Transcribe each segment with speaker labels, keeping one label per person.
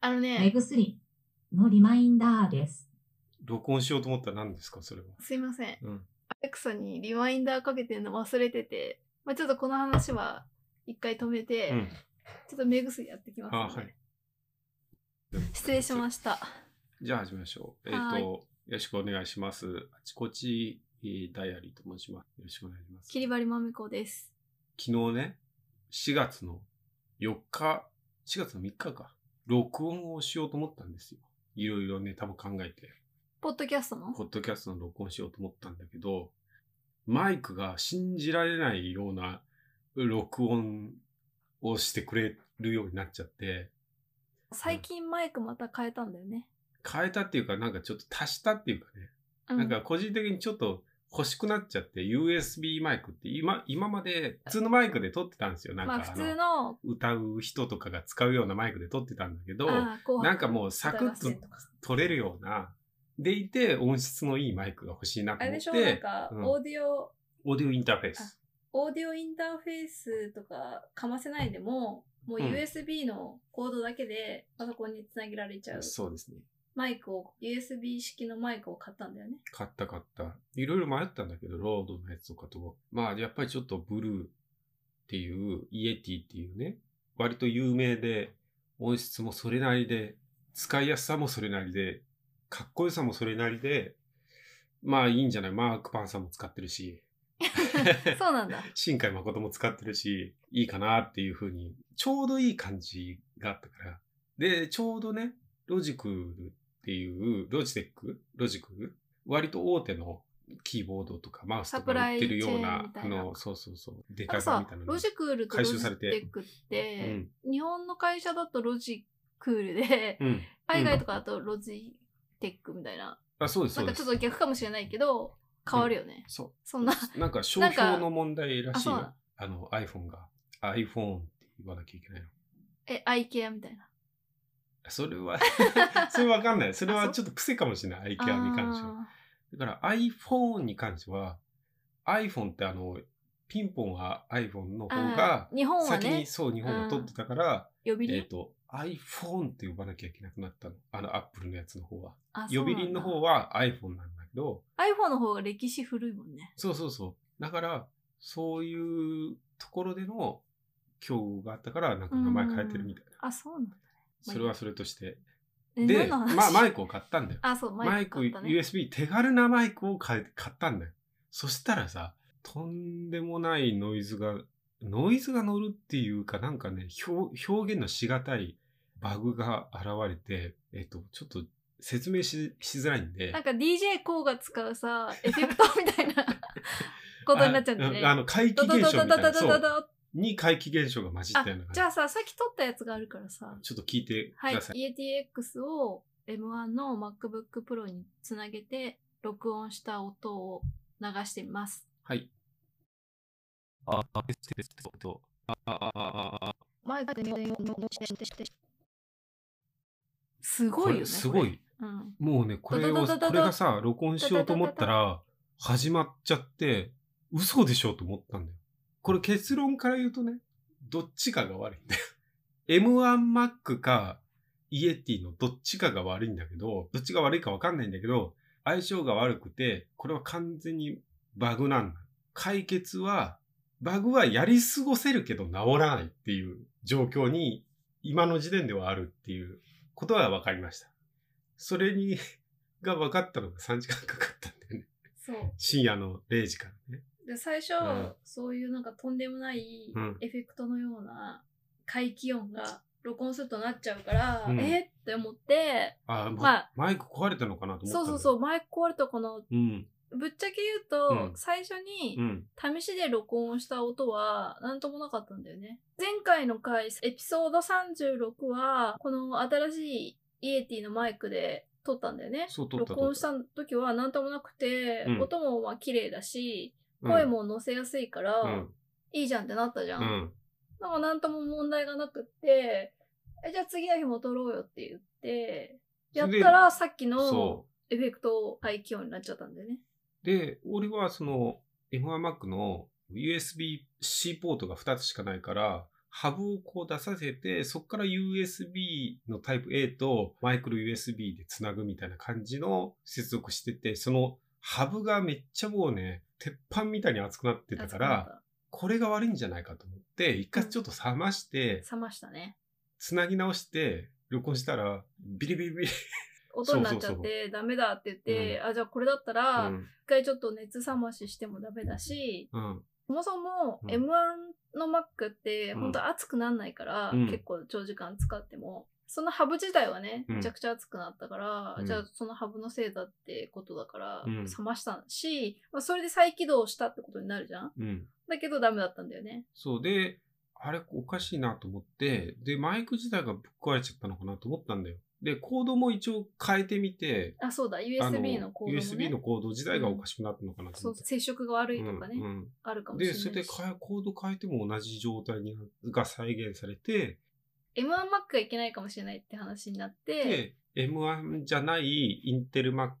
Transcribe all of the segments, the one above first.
Speaker 1: あの
Speaker 2: 目
Speaker 1: ね、
Speaker 2: 薬のリマインダーです。
Speaker 3: 録音しようと思ったら何ですか、それは。
Speaker 1: すいません。
Speaker 3: うん。
Speaker 1: アレクサにリマインダーかけてるの忘れてて、まあ、ちょっとこの話は一回止めて、
Speaker 3: うん。
Speaker 1: ちょっと目薬やってきます
Speaker 3: あ、
Speaker 1: ので、
Speaker 3: はい。
Speaker 1: 失礼しました。
Speaker 3: じゃあ始めましょう。えっ、
Speaker 1: は
Speaker 3: と、
Speaker 1: ーい
Speaker 3: よろしくお願いします。あちこちえーダイアリーと申します。よろしくお願いします。
Speaker 1: キリバリマメコです。
Speaker 3: 昨日ね、4月の4日、4月の3日か、録音をしようと思ったんですよ。いろいろね、多分考えて、
Speaker 1: ポッドキャストの
Speaker 3: ポッドキャストの録音しようと思ったんだけど、マイクが信じられないような録音をしてくれるようになっちゃって、
Speaker 1: 最近マイクまた変えたんだよね。
Speaker 3: 変えたっていうか、なんかちょっと足したっていうかね、
Speaker 1: うん
Speaker 3: なんか個人的にちょっと欲しくなっちゃって、USB マイクって今、今まで普通のマイクで撮ってたんですよ。なんか
Speaker 1: ま
Speaker 3: あ
Speaker 1: あ
Speaker 3: の、
Speaker 1: 普通の、
Speaker 3: 歌う人とかが使うようなマイクで撮ってたんだけど、
Speaker 1: あー
Speaker 3: なんかもうサクッと。撮れるような、でいて音質のいいマイクが欲しいな
Speaker 1: あ
Speaker 3: と
Speaker 1: れ
Speaker 3: 思
Speaker 1: で
Speaker 3: っ
Speaker 1: しょなん
Speaker 3: て、
Speaker 1: か、
Speaker 3: うん
Speaker 1: オーディオ、
Speaker 3: オーディオインターフェース。
Speaker 1: オーディオインターフェースとかかませないでも、もう
Speaker 3: うん
Speaker 1: USB のコードだけでパソコンにつなげられちゃう。
Speaker 3: そうですね。
Speaker 1: マイクを、USB 式のマイクを買ったんだよね。
Speaker 3: 買った買った。いろいろ迷ったんだけど、ロードのやつとかと。まあ、やっぱりちょっとブルーっていう、イエティっていうね、割と有名で、音質もそれなりで、使いやすさもそれなりで、かっこよさもそれなりで、まあいいんじゃないマークパンさんも使ってるし、
Speaker 1: そうなんだ。
Speaker 3: 新海誠も使ってるし、いいかなっていうふうに、ちょうどいい感じがあったから。で、ちょうどね、ロジクールっていう、ロジテックロジクール割と大手のキーボードとかマウスとか売ってるような、
Speaker 1: サプライチェーン
Speaker 3: あ
Speaker 1: みたいな
Speaker 3: の、そうそうそう、デ
Speaker 1: あ
Speaker 3: カ
Speaker 1: と
Speaker 3: さみ
Speaker 1: さ
Speaker 3: たいな、の
Speaker 1: ロジクールとロ
Speaker 3: 回
Speaker 1: ジ
Speaker 3: 収さ
Speaker 1: テ
Speaker 3: れて
Speaker 1: ックって、
Speaker 3: う
Speaker 1: 日本の会社だとロジクールで、
Speaker 3: ん。うん。
Speaker 1: 海外とかだとロジテックみたいな。
Speaker 3: あ、そうです、
Speaker 1: な
Speaker 3: そ
Speaker 1: ん
Speaker 3: う
Speaker 1: か
Speaker 3: で
Speaker 1: ち
Speaker 3: す。
Speaker 1: ょっと逆かもしれないけど、変わるよね。
Speaker 3: そ
Speaker 1: そんな、
Speaker 3: う。なんか商標の問題らしい
Speaker 1: なん
Speaker 3: よ
Speaker 1: か。
Speaker 3: あの、iPhone が。iPhone って言わなきゃいけないの。
Speaker 1: え、IKEA みたいな。
Speaker 3: それは、 それわかんない。それはちょっと癖かもしれない。IKEA に関しては。だから iPhone に関しては、iPhone ってあの、ピンポンは iPhone の
Speaker 1: あ
Speaker 3: 方
Speaker 1: ー
Speaker 3: が
Speaker 1: あ、ー日本は
Speaker 3: 先
Speaker 1: ね
Speaker 3: に、そう日本
Speaker 1: う
Speaker 3: が
Speaker 1: ん
Speaker 3: 取ってたから、
Speaker 1: 呼び
Speaker 3: えっ
Speaker 1: 鈴
Speaker 3: と、iPhone って呼ばなきゃいけなくなったの。あの、Apple のやつの方は。
Speaker 1: あ
Speaker 3: 呼び鈴の
Speaker 1: そう
Speaker 3: 方は iPhone なんだけど、
Speaker 1: なんだ iPhone の方が歴史古いもんね。
Speaker 3: そうそうそう。だから、そういうところでの競合があったから、なんか名前変えてるみたいな。
Speaker 1: あ、そうなんだ。うん
Speaker 3: それはそれとして。
Speaker 1: え何
Speaker 3: で、
Speaker 1: の
Speaker 3: ま
Speaker 1: 話
Speaker 3: あ、マイクを買ったんだよ。
Speaker 1: あ、そう、
Speaker 3: マ
Speaker 1: マ
Speaker 3: イ
Speaker 1: イク
Speaker 3: ク、
Speaker 1: 買ったね。
Speaker 3: USB、手軽なマイクを買え買ったんだよ。そしたらさ、とんでもないノイズが、ノイズが乗るっていうか、なんかね、表表現のしがたいバグが現れて、えっと、ちょっと説明ししづらいんで
Speaker 1: なん、か DJ コーが使うさ、エフェクトみたい なことになっちゃうんだよね。
Speaker 3: ああの、怪奇
Speaker 1: ドド
Speaker 3: 現
Speaker 1: ド
Speaker 3: 象
Speaker 1: ド
Speaker 3: みた
Speaker 1: ド
Speaker 3: い
Speaker 1: ド
Speaker 3: な、
Speaker 1: ド
Speaker 3: そ
Speaker 1: ド
Speaker 3: う、
Speaker 1: ド
Speaker 3: に怪奇現象が混じったような
Speaker 1: じゃ
Speaker 3: 感
Speaker 1: あさ、さっき撮ったやつがあるからさ
Speaker 3: じ。、ちょっと聞いてく
Speaker 1: はい、
Speaker 3: ださい。
Speaker 1: EATX を M1 の MacBook Pro につなげて、録音した音を流してみます。
Speaker 3: はい。あ、あ、テステステと、あ、あ、あ、あ、あ、
Speaker 4: マイクでミュートしてして
Speaker 1: すごい
Speaker 3: こ
Speaker 1: よ
Speaker 3: れ
Speaker 1: ね。
Speaker 3: すご
Speaker 1: これ。
Speaker 3: い。
Speaker 1: うん。
Speaker 3: もうね、これ
Speaker 1: ドドド
Speaker 3: を、
Speaker 1: ドド
Speaker 3: これがさ、録音しようと思ったら、始まっちゃって、嘘でしょと思ったんだよ。これ結論から言うとね、どっちかが悪いんだよ。M1Mac か、イエティのどっちかが悪いんだけど、どっちが悪いかわかんないんだけど、相性が悪くて、これは完全にバグなんだ。解決は、バグはやり過ごせるけど治らないっていう状況に、今の時点ではあるっていうことは分かりました。それに、が分かったのが3時間かかったんだよね。
Speaker 1: そう。
Speaker 3: 深夜の0時からね。
Speaker 1: で最初、
Speaker 3: うん
Speaker 1: そういうなんかとんでもない
Speaker 3: うん
Speaker 1: エフェクトのような怪奇音が録音するとなっちゃうから、
Speaker 3: うん
Speaker 1: えーって思って、
Speaker 3: あ、ま
Speaker 1: まあ
Speaker 3: マイク壊れたのかなと思った
Speaker 1: そ
Speaker 3: ん
Speaker 1: う
Speaker 3: だ
Speaker 1: そう
Speaker 3: よ
Speaker 1: そう、マイク壊れたこの、
Speaker 3: うん。
Speaker 1: ぶっちゃけ言うと、
Speaker 3: うん
Speaker 1: 最初に
Speaker 3: うん。
Speaker 1: 試しで録音した音はなんともなかったんだよね。前回の回、エピソード36は、この新しいイエティのマイクで撮ったんだよね。
Speaker 3: そう撮った
Speaker 1: 録音した時はなんともなくて、
Speaker 3: うん
Speaker 1: 音もまあ綺麗だし、声、も乗せやすいから、
Speaker 3: 撮ったうん。
Speaker 1: いいじゃんってなったじゃ。
Speaker 3: うんん。
Speaker 1: なんか何とも問題がなくって、え、じゃあ次の日も撮ろうよって言って、やったらさっき
Speaker 3: うん、
Speaker 1: の
Speaker 3: そう。
Speaker 1: エフェクト排気音になっちゃったんだよね。
Speaker 3: で、俺はその M1Mac の USB-C ポートが2つしかないから、ハブをこう出させて、そこから USB のタイプ A とマイクロ USB でつなぐみたいな感じの接続してて、そのハブがめっちゃもうね、鉄板みたいに熱くなってたから、これが悪いんじゃないかと思って、一回ちょっと冷まして、
Speaker 1: 冷ましたね。
Speaker 3: つなぎ直して、録音したら、ビリビリビリ。
Speaker 1: 音になっちゃってダメだって言って、あ、じゃあこれだった
Speaker 3: う
Speaker 1: ら、
Speaker 3: ん。
Speaker 1: 一回ちょっと熱冷まししてもダメだし、
Speaker 3: うん。
Speaker 1: そもそも
Speaker 3: うん
Speaker 1: M1 の Mac って
Speaker 3: うん
Speaker 1: 本当熱くなんないから、
Speaker 3: うん
Speaker 1: 結構長時間使っても。そのハブ自体はね、
Speaker 3: うん
Speaker 1: めちゃくちゃ熱くなったから、
Speaker 3: うん
Speaker 1: じゃあそのハブのせいだってことだから、
Speaker 3: うん
Speaker 1: 冷ましたし、まあ、それで再起動したってことになるじゃん
Speaker 3: うん。
Speaker 1: だけどダメだったんだよね。
Speaker 3: そうで、あれおかしいなと思って、で、マイク自体がぶっ壊れちゃったのかなと思ったんだよ。で、コードも一応変えてみて、
Speaker 1: あ、そうだ、
Speaker 3: あ
Speaker 1: USB のコードもね。
Speaker 3: USB のコード自体がおかしくなったのかなと
Speaker 1: そ
Speaker 3: 思
Speaker 1: う
Speaker 3: って。
Speaker 1: 接触が悪いとかね、
Speaker 3: うんうん
Speaker 1: あるかもしれ
Speaker 3: で、
Speaker 1: ないし。
Speaker 3: それで変えコード変えても同じ状態にが再現されて、
Speaker 1: M1Mac がいけないかもしれないって話になって、
Speaker 3: で、M1 じゃないインテル Mac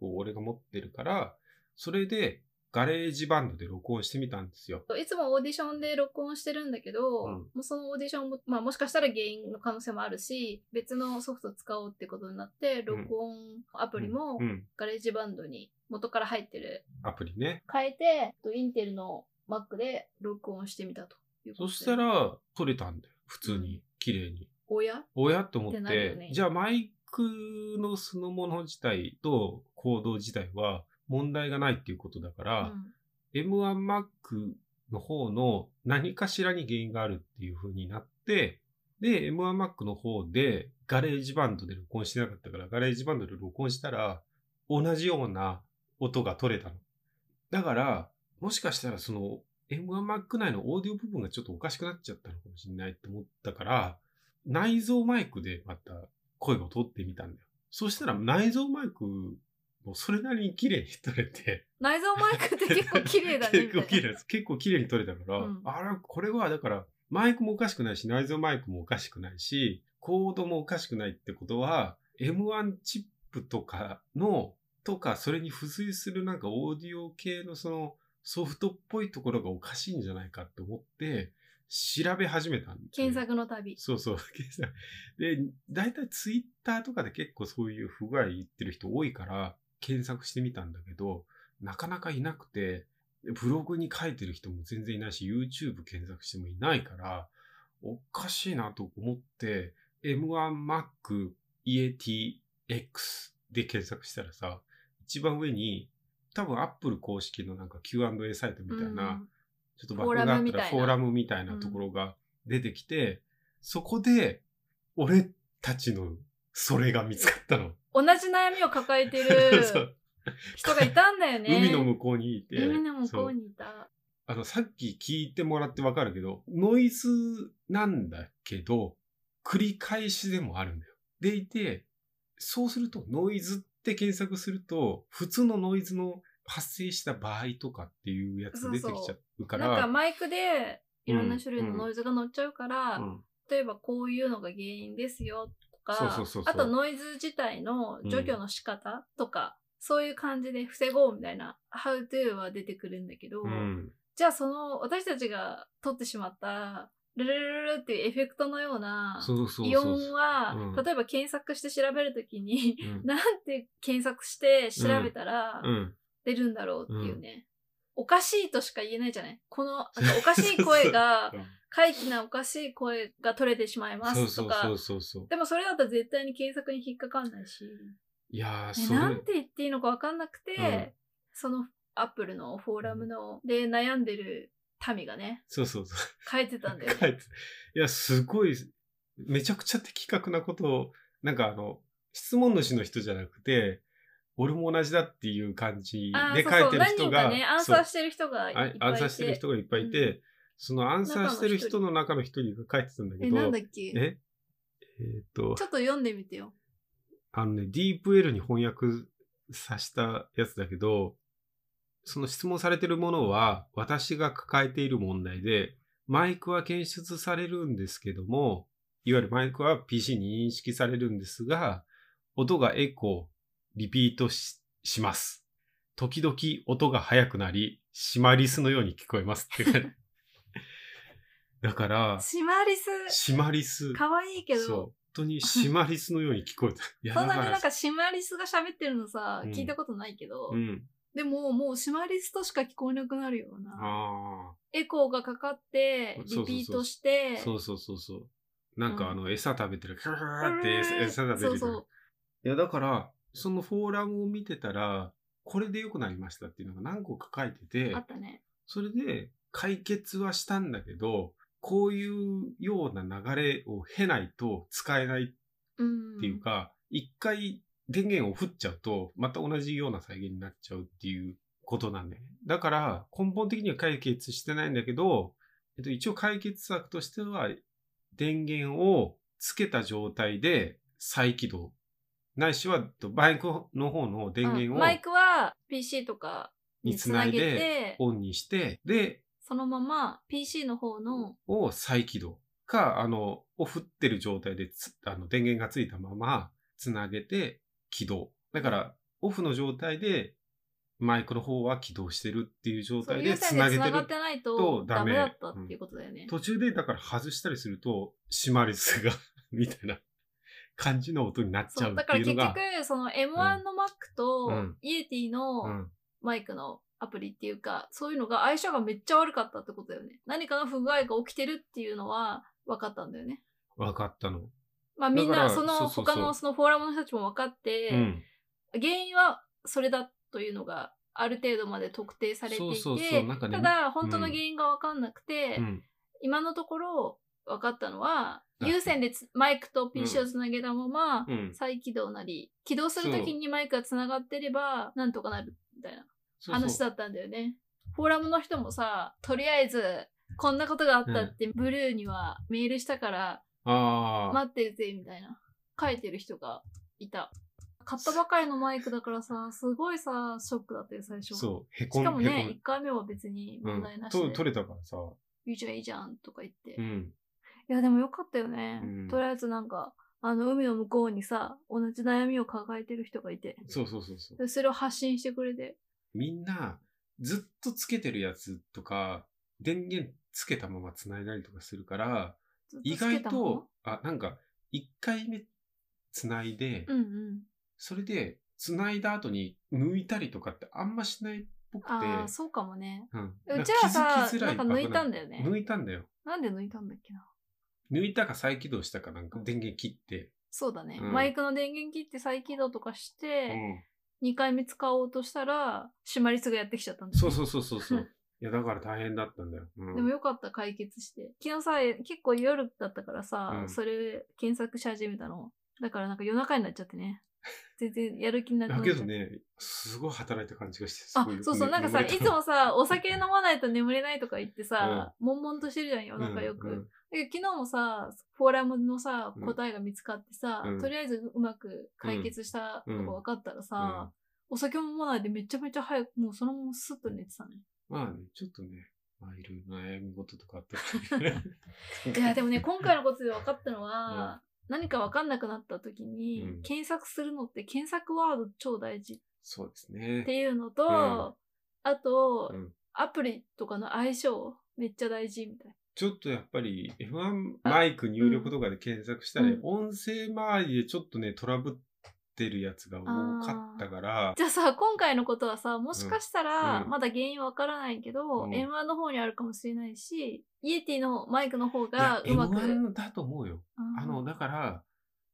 Speaker 3: を俺が持ってるから、それでガレージバンドで録音してみたんですよ。
Speaker 1: いつもオーディションで録音してるんだけど、
Speaker 3: うん
Speaker 1: もうそのオーディションも、まあ、もしかしたら原因の可能性もあるし、別のソフト使おうってことになって、録音アプリも
Speaker 3: うん。
Speaker 1: ガレージバンドに元から入ってる。
Speaker 3: アプリね。
Speaker 1: 変えて、とインテルの Mac で録音してみたということ
Speaker 3: そ
Speaker 1: で。
Speaker 3: した、ら、取れたんだよ。普通に、綺麗に。
Speaker 1: おや
Speaker 3: おやと思っ
Speaker 1: ってなる
Speaker 3: て、
Speaker 1: よね
Speaker 3: じゃあマイクのそのもの自体と行動自体は問題がないっていうことだか
Speaker 1: う
Speaker 3: ら、
Speaker 1: ん
Speaker 3: M1Mac の方の何かしらに原因があるっていう風になって、で、M1Mac の方でガレージバンドで録音してなかったから、ガレージバンドで録音したら、同じような音が取れたの。だから、もしかしたらその M1Mac 内のオーディオ部分がちょっとおかしくなっちゃったのかもしれないと思ったから、内蔵マイクでまた声を取ってみたんだよ。そしたら内蔵マイクもそれなりに綺麗に取れて、
Speaker 1: 内蔵マイクって結構綺麗だね。
Speaker 3: 結構綺
Speaker 1: みたい
Speaker 3: 麗です。結構綺麗に撮れたから、
Speaker 1: うん
Speaker 3: あら、これはだから、マイクもおかしくないし、内蔵マイクもおかしくないし、コードもおかしくないってことは、M1 チップとかの、とか、それに付随するなんかオーディオ系のそのソフトっぽいところがおかしいんじゃないかって思って、調べ始めたんですよ
Speaker 1: な。検索の旅。
Speaker 3: そう そう、検索。で、大体ツイッターとかで結構そういう不具合言ってる人多いから、検索してみたんだけど、なかなかいなくて、ブログに書いてる人も全然いないし、YouTube 検索してもいないから、おかしいなと思って、M1Mac EATX で検索したらさ、一番上に、多分 Apple 公式のなんか Q&A サイトみたいな、
Speaker 1: うん
Speaker 3: ちょっとバックがあったら
Speaker 1: フ
Speaker 3: フ
Speaker 1: ォ
Speaker 3: ォ
Speaker 1: ーラ
Speaker 3: ーラムみたいなところが出てきて、そこで、俺たちのそれが見つかったの。
Speaker 1: 同じ悩みを抱えて
Speaker 3: そ
Speaker 1: る
Speaker 3: う
Speaker 1: 人がいたんだよね。
Speaker 3: 海の向こうにいて。
Speaker 1: 海の向こ
Speaker 3: そう
Speaker 1: うにいた。
Speaker 3: あの、さっき聞いてもらってわかるけど、ノイズなんだけど、繰り返しでもあるんだよ。でいて、そうするとノイズって検索すると、普通のノイズの発生した場合とかっていうやつ出てきちゃうから。
Speaker 1: なんかマイクでいろんな種類の
Speaker 3: うん
Speaker 1: ノイズが乗っちゃうから、
Speaker 3: うん
Speaker 1: 例えばこういうのが原因ですよとか、
Speaker 3: そうそうそうそう
Speaker 1: あとノイズ自体の除去の仕方とか、そういう感じで防ごうみたいな、how to は出てくるんだけど、
Speaker 3: うん。
Speaker 1: じゃあその私たちが撮ってしまった、ルルルルルっていうエフェクトのような、
Speaker 3: そうそうそうそう。
Speaker 1: イオンは、
Speaker 3: うん
Speaker 1: 例えば検索して調べるときに、
Speaker 3: うん
Speaker 1: なんて検索して調べたら
Speaker 3: うん。
Speaker 1: 出るんだろうっていうね。おかしいとしか言えないじゃないこの、あのおかしい声が、怪奇なおかしい声が取れてしまいま
Speaker 3: そう
Speaker 1: す
Speaker 3: そ
Speaker 1: と
Speaker 3: うそ
Speaker 1: か
Speaker 3: う。そうそう。
Speaker 1: でもそれだったら絶対に検索に引っかかんないし、
Speaker 3: いやー、
Speaker 1: ね
Speaker 3: そ
Speaker 1: なん
Speaker 3: れ
Speaker 1: て、言っていいのかわかんなくて、
Speaker 3: うん
Speaker 1: そのアップルのフォーラムので悩んでる民がね、
Speaker 3: そうそうそう。
Speaker 1: 書いてたんだよ
Speaker 3: 書
Speaker 1: ね。
Speaker 3: いていや、すごい、めちゃくちゃ的確なことを、なんかあの、質問主の人じゃなくて、俺も同じだっていう感じ
Speaker 1: あー
Speaker 3: で書い
Speaker 1: そうそ
Speaker 3: て
Speaker 1: う
Speaker 3: る
Speaker 1: 何
Speaker 3: 人
Speaker 1: 人か
Speaker 3: が、
Speaker 1: ね、アンサーしてる人がいっぱ
Speaker 3: あ
Speaker 1: いいて。
Speaker 3: アンサーしてる人がいっぱいいて、
Speaker 1: う
Speaker 3: そのアンサーしてる人の中の一人が書いてたんだけ
Speaker 1: え、
Speaker 3: ど、
Speaker 1: なんだっけ
Speaker 3: ええーっと
Speaker 1: ち、ょっと読んでみてよ。
Speaker 3: あのね、DeepL に翻訳させたやつだけど、その質問されてるものは私が抱えている問題で、マイクは検出されるんですけども、いわゆるマイクは PC に認識されるんですが、音がエコー、リピートしします。時々 音が速くなり、シマリスのように聞こえますっていう感じだから、
Speaker 1: シマリス、
Speaker 3: シマリス。
Speaker 1: 可愛いけ
Speaker 3: そう
Speaker 1: ど、
Speaker 3: 本当にシマリスのように聞こ えた。いや
Speaker 1: そんなに
Speaker 3: だ
Speaker 1: なん
Speaker 3: ら
Speaker 1: かシマリスが喋ってるのさ、
Speaker 3: うん
Speaker 1: 聞いたことないけど、
Speaker 3: うん。
Speaker 1: でももうシマリスとしか聞こえなくなるような。
Speaker 3: あ
Speaker 1: エコーがかかって、
Speaker 3: そうそうそう
Speaker 1: リピートして、
Speaker 3: あ、そうそうそうそう。なんかあ
Speaker 1: うん
Speaker 3: の、餌食べてる、カ
Speaker 1: う
Speaker 3: ー
Speaker 1: ん
Speaker 3: って餌餌が出てくる。
Speaker 1: そうそう
Speaker 3: いや、だから、そのフォーラムを見てたら、これで良くなりましたっていうのが何個か書いてて
Speaker 1: あ、ったね。
Speaker 3: それで解決はしたんだけど、こういうような流れを経ないと使えない
Speaker 1: うん。
Speaker 3: っていうか、一回電源を振っちゃうと、また同じような再現になっちゃうっていうことなんだよね。だから、根本的には解決してないんだけど、えっと、一応解決策としては、電源をつけた状態で再起動。ないしは、えっとバイクの方の電源
Speaker 1: うんマイ
Speaker 3: を
Speaker 1: クは PC とかに
Speaker 3: に
Speaker 1: つ
Speaker 3: つ
Speaker 1: な
Speaker 3: ない
Speaker 1: げ
Speaker 3: で
Speaker 1: て、
Speaker 3: オンにして、で、
Speaker 1: そのまま PC の方の、
Speaker 3: を再起動か、あの、を振ってる状態でつ、あの、電源がついたまま、つなげて起動。だから、オフの状態で、マイクの方は起動してるっていう状
Speaker 1: そう
Speaker 3: 態
Speaker 1: いう
Speaker 3: で
Speaker 1: つ
Speaker 3: つ
Speaker 1: な
Speaker 3: なげ
Speaker 1: げ
Speaker 3: て
Speaker 1: て
Speaker 3: る。
Speaker 1: ってないと
Speaker 3: と
Speaker 1: ダ
Speaker 3: ダ
Speaker 1: メ
Speaker 3: メ
Speaker 1: だったっていうことだよね。
Speaker 3: 途中で、だから外したりすると、シマリスが、 みたいな感じの音になっち
Speaker 1: そ
Speaker 3: ゃ
Speaker 1: うう
Speaker 3: っ
Speaker 1: だ
Speaker 3: て
Speaker 1: から
Speaker 3: い
Speaker 1: 結
Speaker 3: うのが
Speaker 1: 局。、その M1 の Mac と
Speaker 3: うん
Speaker 1: イエティ
Speaker 3: う
Speaker 1: の
Speaker 3: ん、
Speaker 1: マイクのアプリっていうか、そういうのが相性がめっちゃ悪かったってことだよね。何かの不具合が起きてるっていうのは分かったんだよね。
Speaker 3: わかったの。
Speaker 1: まあみん
Speaker 3: だか
Speaker 1: な
Speaker 3: ら
Speaker 1: そ
Speaker 3: そ
Speaker 1: の
Speaker 3: うそうそう
Speaker 1: 他のそのフォーラムの人たちも分かって、
Speaker 3: うん。
Speaker 1: 原因はそれだというのがある程度まで特定されていて
Speaker 3: そうそうそうなんかね
Speaker 1: ただ本当の原因が分かんなくて、
Speaker 3: うん。
Speaker 1: 今のところ分かったのは
Speaker 3: だ
Speaker 1: 有線でつマイクと PC
Speaker 3: う
Speaker 1: を
Speaker 3: ん
Speaker 1: つなげたまま、
Speaker 3: うん。
Speaker 1: 再起動なり起動するときにマイクがつながってればなんとかなるみたいな
Speaker 3: そうそう
Speaker 1: 話だったんだよねフォーラムの人もさとりあえずこんなことがあったって、ブルーにはメールしたから
Speaker 3: ああ、
Speaker 1: 待ってるぜみたいな書いてる人がいた買ったばかりのマイクだからさすごいさショックだったよ最初
Speaker 3: そう、へこ
Speaker 1: し
Speaker 3: ん
Speaker 1: かも
Speaker 3: へこ
Speaker 1: ね
Speaker 3: ん
Speaker 1: 1回目は別に問題なしで、
Speaker 3: うんと。取れたからさ。
Speaker 1: いいじゃんいいじゃんとか言って、
Speaker 3: うん。
Speaker 1: いやでもよかったよね、
Speaker 3: うん
Speaker 1: とりあえずなんかあの海の向こうにさ同じ悩みを抱えてる人がいて
Speaker 3: そうそうそうそう。
Speaker 1: でそれを発信してくれて
Speaker 3: みんな、ずっとつけてるやつとか、電源つけたまま繋いだりとかするから、
Speaker 1: ずっ
Speaker 3: 意
Speaker 1: つけ
Speaker 3: 外
Speaker 1: たまま
Speaker 3: と、あ、なんか、一回目繋いで、
Speaker 1: うんうん
Speaker 3: それで、繋いだ後に抜いたりとかってあんましないっぽくて、
Speaker 1: ああそうかもね
Speaker 3: うん。
Speaker 1: うちは
Speaker 3: だ
Speaker 1: さ
Speaker 3: ら気づきづら
Speaker 1: なんか抜いたん
Speaker 3: よ
Speaker 1: だよね
Speaker 3: ね。抜いたんだよ。
Speaker 1: なんで抜いたんだっけな
Speaker 3: 抜いたか再起動したかなんか電源切って。
Speaker 1: そうだね、
Speaker 3: うん
Speaker 1: マイクの電源切って再起動とかし
Speaker 3: う
Speaker 1: て、
Speaker 3: ん。
Speaker 1: 2回目使おうとしたらシマリスがやってきちゃったんだよね
Speaker 3: そうそうそうそうそう。 いや、だから大変だったんだよ。うん。
Speaker 1: でもよかった、解決して。昨日さ、結構夜だったからさ、
Speaker 3: うん
Speaker 1: それ検索し始めたの。だからなんか夜中になっちゃってね。全然やる気なくな
Speaker 3: だ
Speaker 1: っちゃ
Speaker 3: け
Speaker 1: って。
Speaker 3: どね、すごい働いた感じがして、す
Speaker 1: あ
Speaker 3: ごい、よ
Speaker 1: そうそう、なんかさ、い
Speaker 3: 眠れた
Speaker 1: つもさ、お酒飲まないと眠れないとか言ってさ、悶々としてるじゃん、夜中よく。
Speaker 3: うんうん
Speaker 1: だけど昨日もさ、フォーラムのさ
Speaker 3: う、ん
Speaker 1: 答えが見つかってさ、
Speaker 3: うん
Speaker 1: とりあえずうまく解決したのが分かったら
Speaker 3: うんう
Speaker 1: さ
Speaker 3: ん、
Speaker 1: お酒も飲まないでめちゃめちゃ早く、もうそのままスッと寝てたね。
Speaker 3: まあね、ちょっとね、まあ、いろいろ悩み事とかあったりね
Speaker 1: いやでもね今回のことで分かったのは、何か分かんなくなった時に、
Speaker 3: うん
Speaker 1: 検索するのって検索ワード超大事っ
Speaker 3: そうですね
Speaker 1: て。いうのと、
Speaker 3: うん
Speaker 1: あと、
Speaker 3: うん
Speaker 1: アプリとかの相性めっちゃ大事みたい
Speaker 3: ちょっとやっぱり F1 マイク入力とかで検索したら、
Speaker 1: うん
Speaker 3: 音声周りでちょっとね、トラブってるやつが多かったから
Speaker 1: な、じゃあさ今回のことはさもしかしたら、
Speaker 3: うん
Speaker 1: まだ原因分からないけど、
Speaker 3: うん
Speaker 1: M1 の方にあるかもしれないしイエティのマイクの方
Speaker 3: い
Speaker 1: が、
Speaker 3: や
Speaker 1: うまく
Speaker 3: M1 だと思うよ。
Speaker 1: うん
Speaker 3: あの、だから、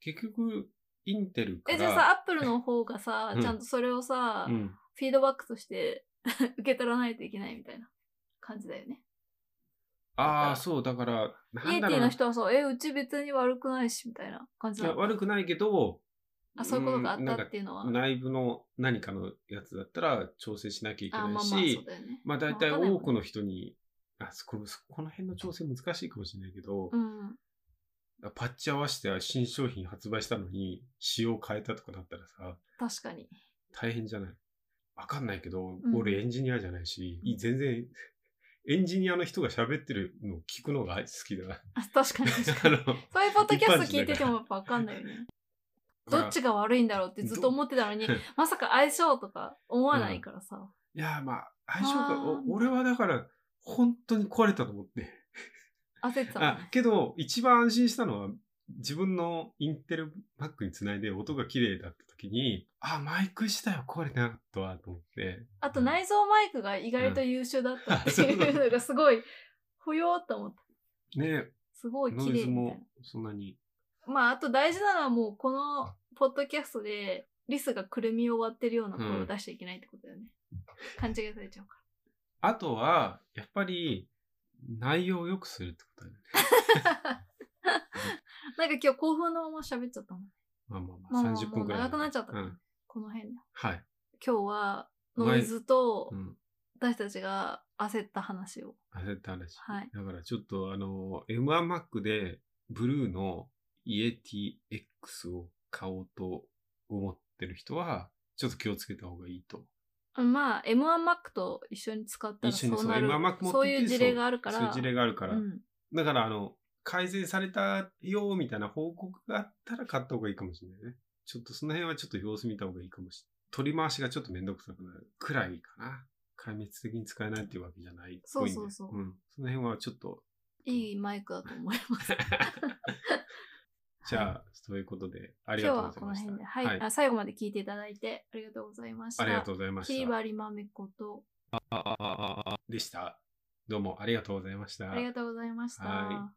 Speaker 3: 結局、インテルから、
Speaker 1: えじゃあさアップルの方がさ、
Speaker 3: うん
Speaker 1: ちゃんとそれをさ、
Speaker 3: うん、
Speaker 1: フィードバックとして 受け取らないといけないみたいな感じだよね。
Speaker 3: ああ、そう、だから、
Speaker 1: イ
Speaker 3: な
Speaker 1: エテ
Speaker 3: んだろ
Speaker 1: ィ
Speaker 3: う
Speaker 1: の
Speaker 3: な。
Speaker 1: 人はそう、え、うち別に悪くないし、みたいな感じ
Speaker 3: い
Speaker 1: な
Speaker 3: や
Speaker 1: の
Speaker 3: 悪くないけど、
Speaker 1: あ、そういうことがあ
Speaker 3: うん
Speaker 1: っ
Speaker 3: なん
Speaker 1: た
Speaker 3: か
Speaker 1: っていうのは。
Speaker 3: 内部の何かのやつだったら調整しなきゃいけ
Speaker 1: あ、まあ
Speaker 3: な
Speaker 1: まあ、
Speaker 3: い
Speaker 1: そう
Speaker 3: し、
Speaker 1: だよね。
Speaker 3: まあ大体
Speaker 1: わかんないもん
Speaker 3: 多
Speaker 1: ね
Speaker 3: くの人に、あ、そこのそこの辺の調整難しいかもしれないけど
Speaker 1: う、ん。
Speaker 3: パッチ合わせて新商品発売したのに仕様変えたとかだったらさ、
Speaker 1: 確かに。
Speaker 3: 大変じゃないわかんないけど
Speaker 1: うん、
Speaker 3: 俺エンジニアじゃないし、い全然、 エンジニアの人が喋ってるのを聞くのが好きだな。
Speaker 1: あ確かに確かに。
Speaker 3: あの
Speaker 1: そういうポッドキャスト聞い
Speaker 3: 一般人だから
Speaker 1: ててもやっぱわかんないよね。どっちが悪いんだろうってずっと思ってたのに
Speaker 3: ど
Speaker 1: まさか相性とか思わないからさ。
Speaker 3: いや、まあ、相性
Speaker 1: あ
Speaker 3: が
Speaker 1: ー、
Speaker 3: お俺はだから、本当に壊れたと思って。
Speaker 1: 焦ってたもん
Speaker 3: あ
Speaker 1: ね。
Speaker 3: けど一番安心したのは自分のインテルバッグにつないで音が綺麗だった時にあマイク自体は壊れてなかったわと思って
Speaker 1: あと内蔵マイクが意外と優秀だったっていうのがすごい、ふよーっと思った。
Speaker 3: ね
Speaker 1: すごい
Speaker 3: ノ
Speaker 1: 綺
Speaker 3: イ
Speaker 1: 麗
Speaker 3: ズ
Speaker 1: みたい
Speaker 3: もそんなに
Speaker 1: な。まあ、あと大事なのはもうこのポッドキャストで、リスがくるみを割ってるような声を出しちゃいけないってことだよね。勘違いされちゃうか
Speaker 3: あとはやっぱり内容を良くするってことだよね
Speaker 1: ら。なんか今日興奮のまま喋っちゃったもん。
Speaker 3: まあまあ
Speaker 1: まあ
Speaker 3: まあ
Speaker 1: まあ
Speaker 3: 30分くらい
Speaker 1: もう長くなっちゃった
Speaker 3: うん、
Speaker 1: この辺で。
Speaker 3: はい、
Speaker 1: 今日はノイズと
Speaker 3: うん、
Speaker 1: 私たちが焦った話を。
Speaker 3: 焦った話、
Speaker 1: はい
Speaker 3: だからちょっとあの M1Mac でブルーのイエティ X を買おうと思ってる人はちょっと気をつけた方がいいと
Speaker 1: まあ、M1Mac と一緒に使ったら
Speaker 3: 一緒に
Speaker 1: そ
Speaker 3: そうう
Speaker 1: なる
Speaker 3: M1 Mac 持ってて
Speaker 1: そういう事例があるから。
Speaker 3: そういう事例があるから、
Speaker 1: うん
Speaker 3: だからあの改善されたよみたいな報告があったら買った方がいいかもしれないねちょっとその辺はちょっと様子見た方がいいかもしれない取り回しがちょっとめんどくさくなるくらいかな壊滅的に使えないっていうわけじゃないっぽいんで、
Speaker 1: そうそうそうん
Speaker 3: その辺はちょっ と
Speaker 1: いいマイクだと思い ます。
Speaker 3: じゃあ、そういうことで、あり
Speaker 1: 今
Speaker 3: が
Speaker 1: 日
Speaker 3: とうご
Speaker 1: は
Speaker 3: ざい
Speaker 1: この
Speaker 3: ました。
Speaker 1: 辺で、はい、あ最後まで聞いていただいてありがとうございました。
Speaker 3: ありがとうございま
Speaker 1: キリ
Speaker 3: した。
Speaker 1: バリマメコと
Speaker 3: でした。どうもありがとうございました。
Speaker 1: ありがとうございました。
Speaker 3: は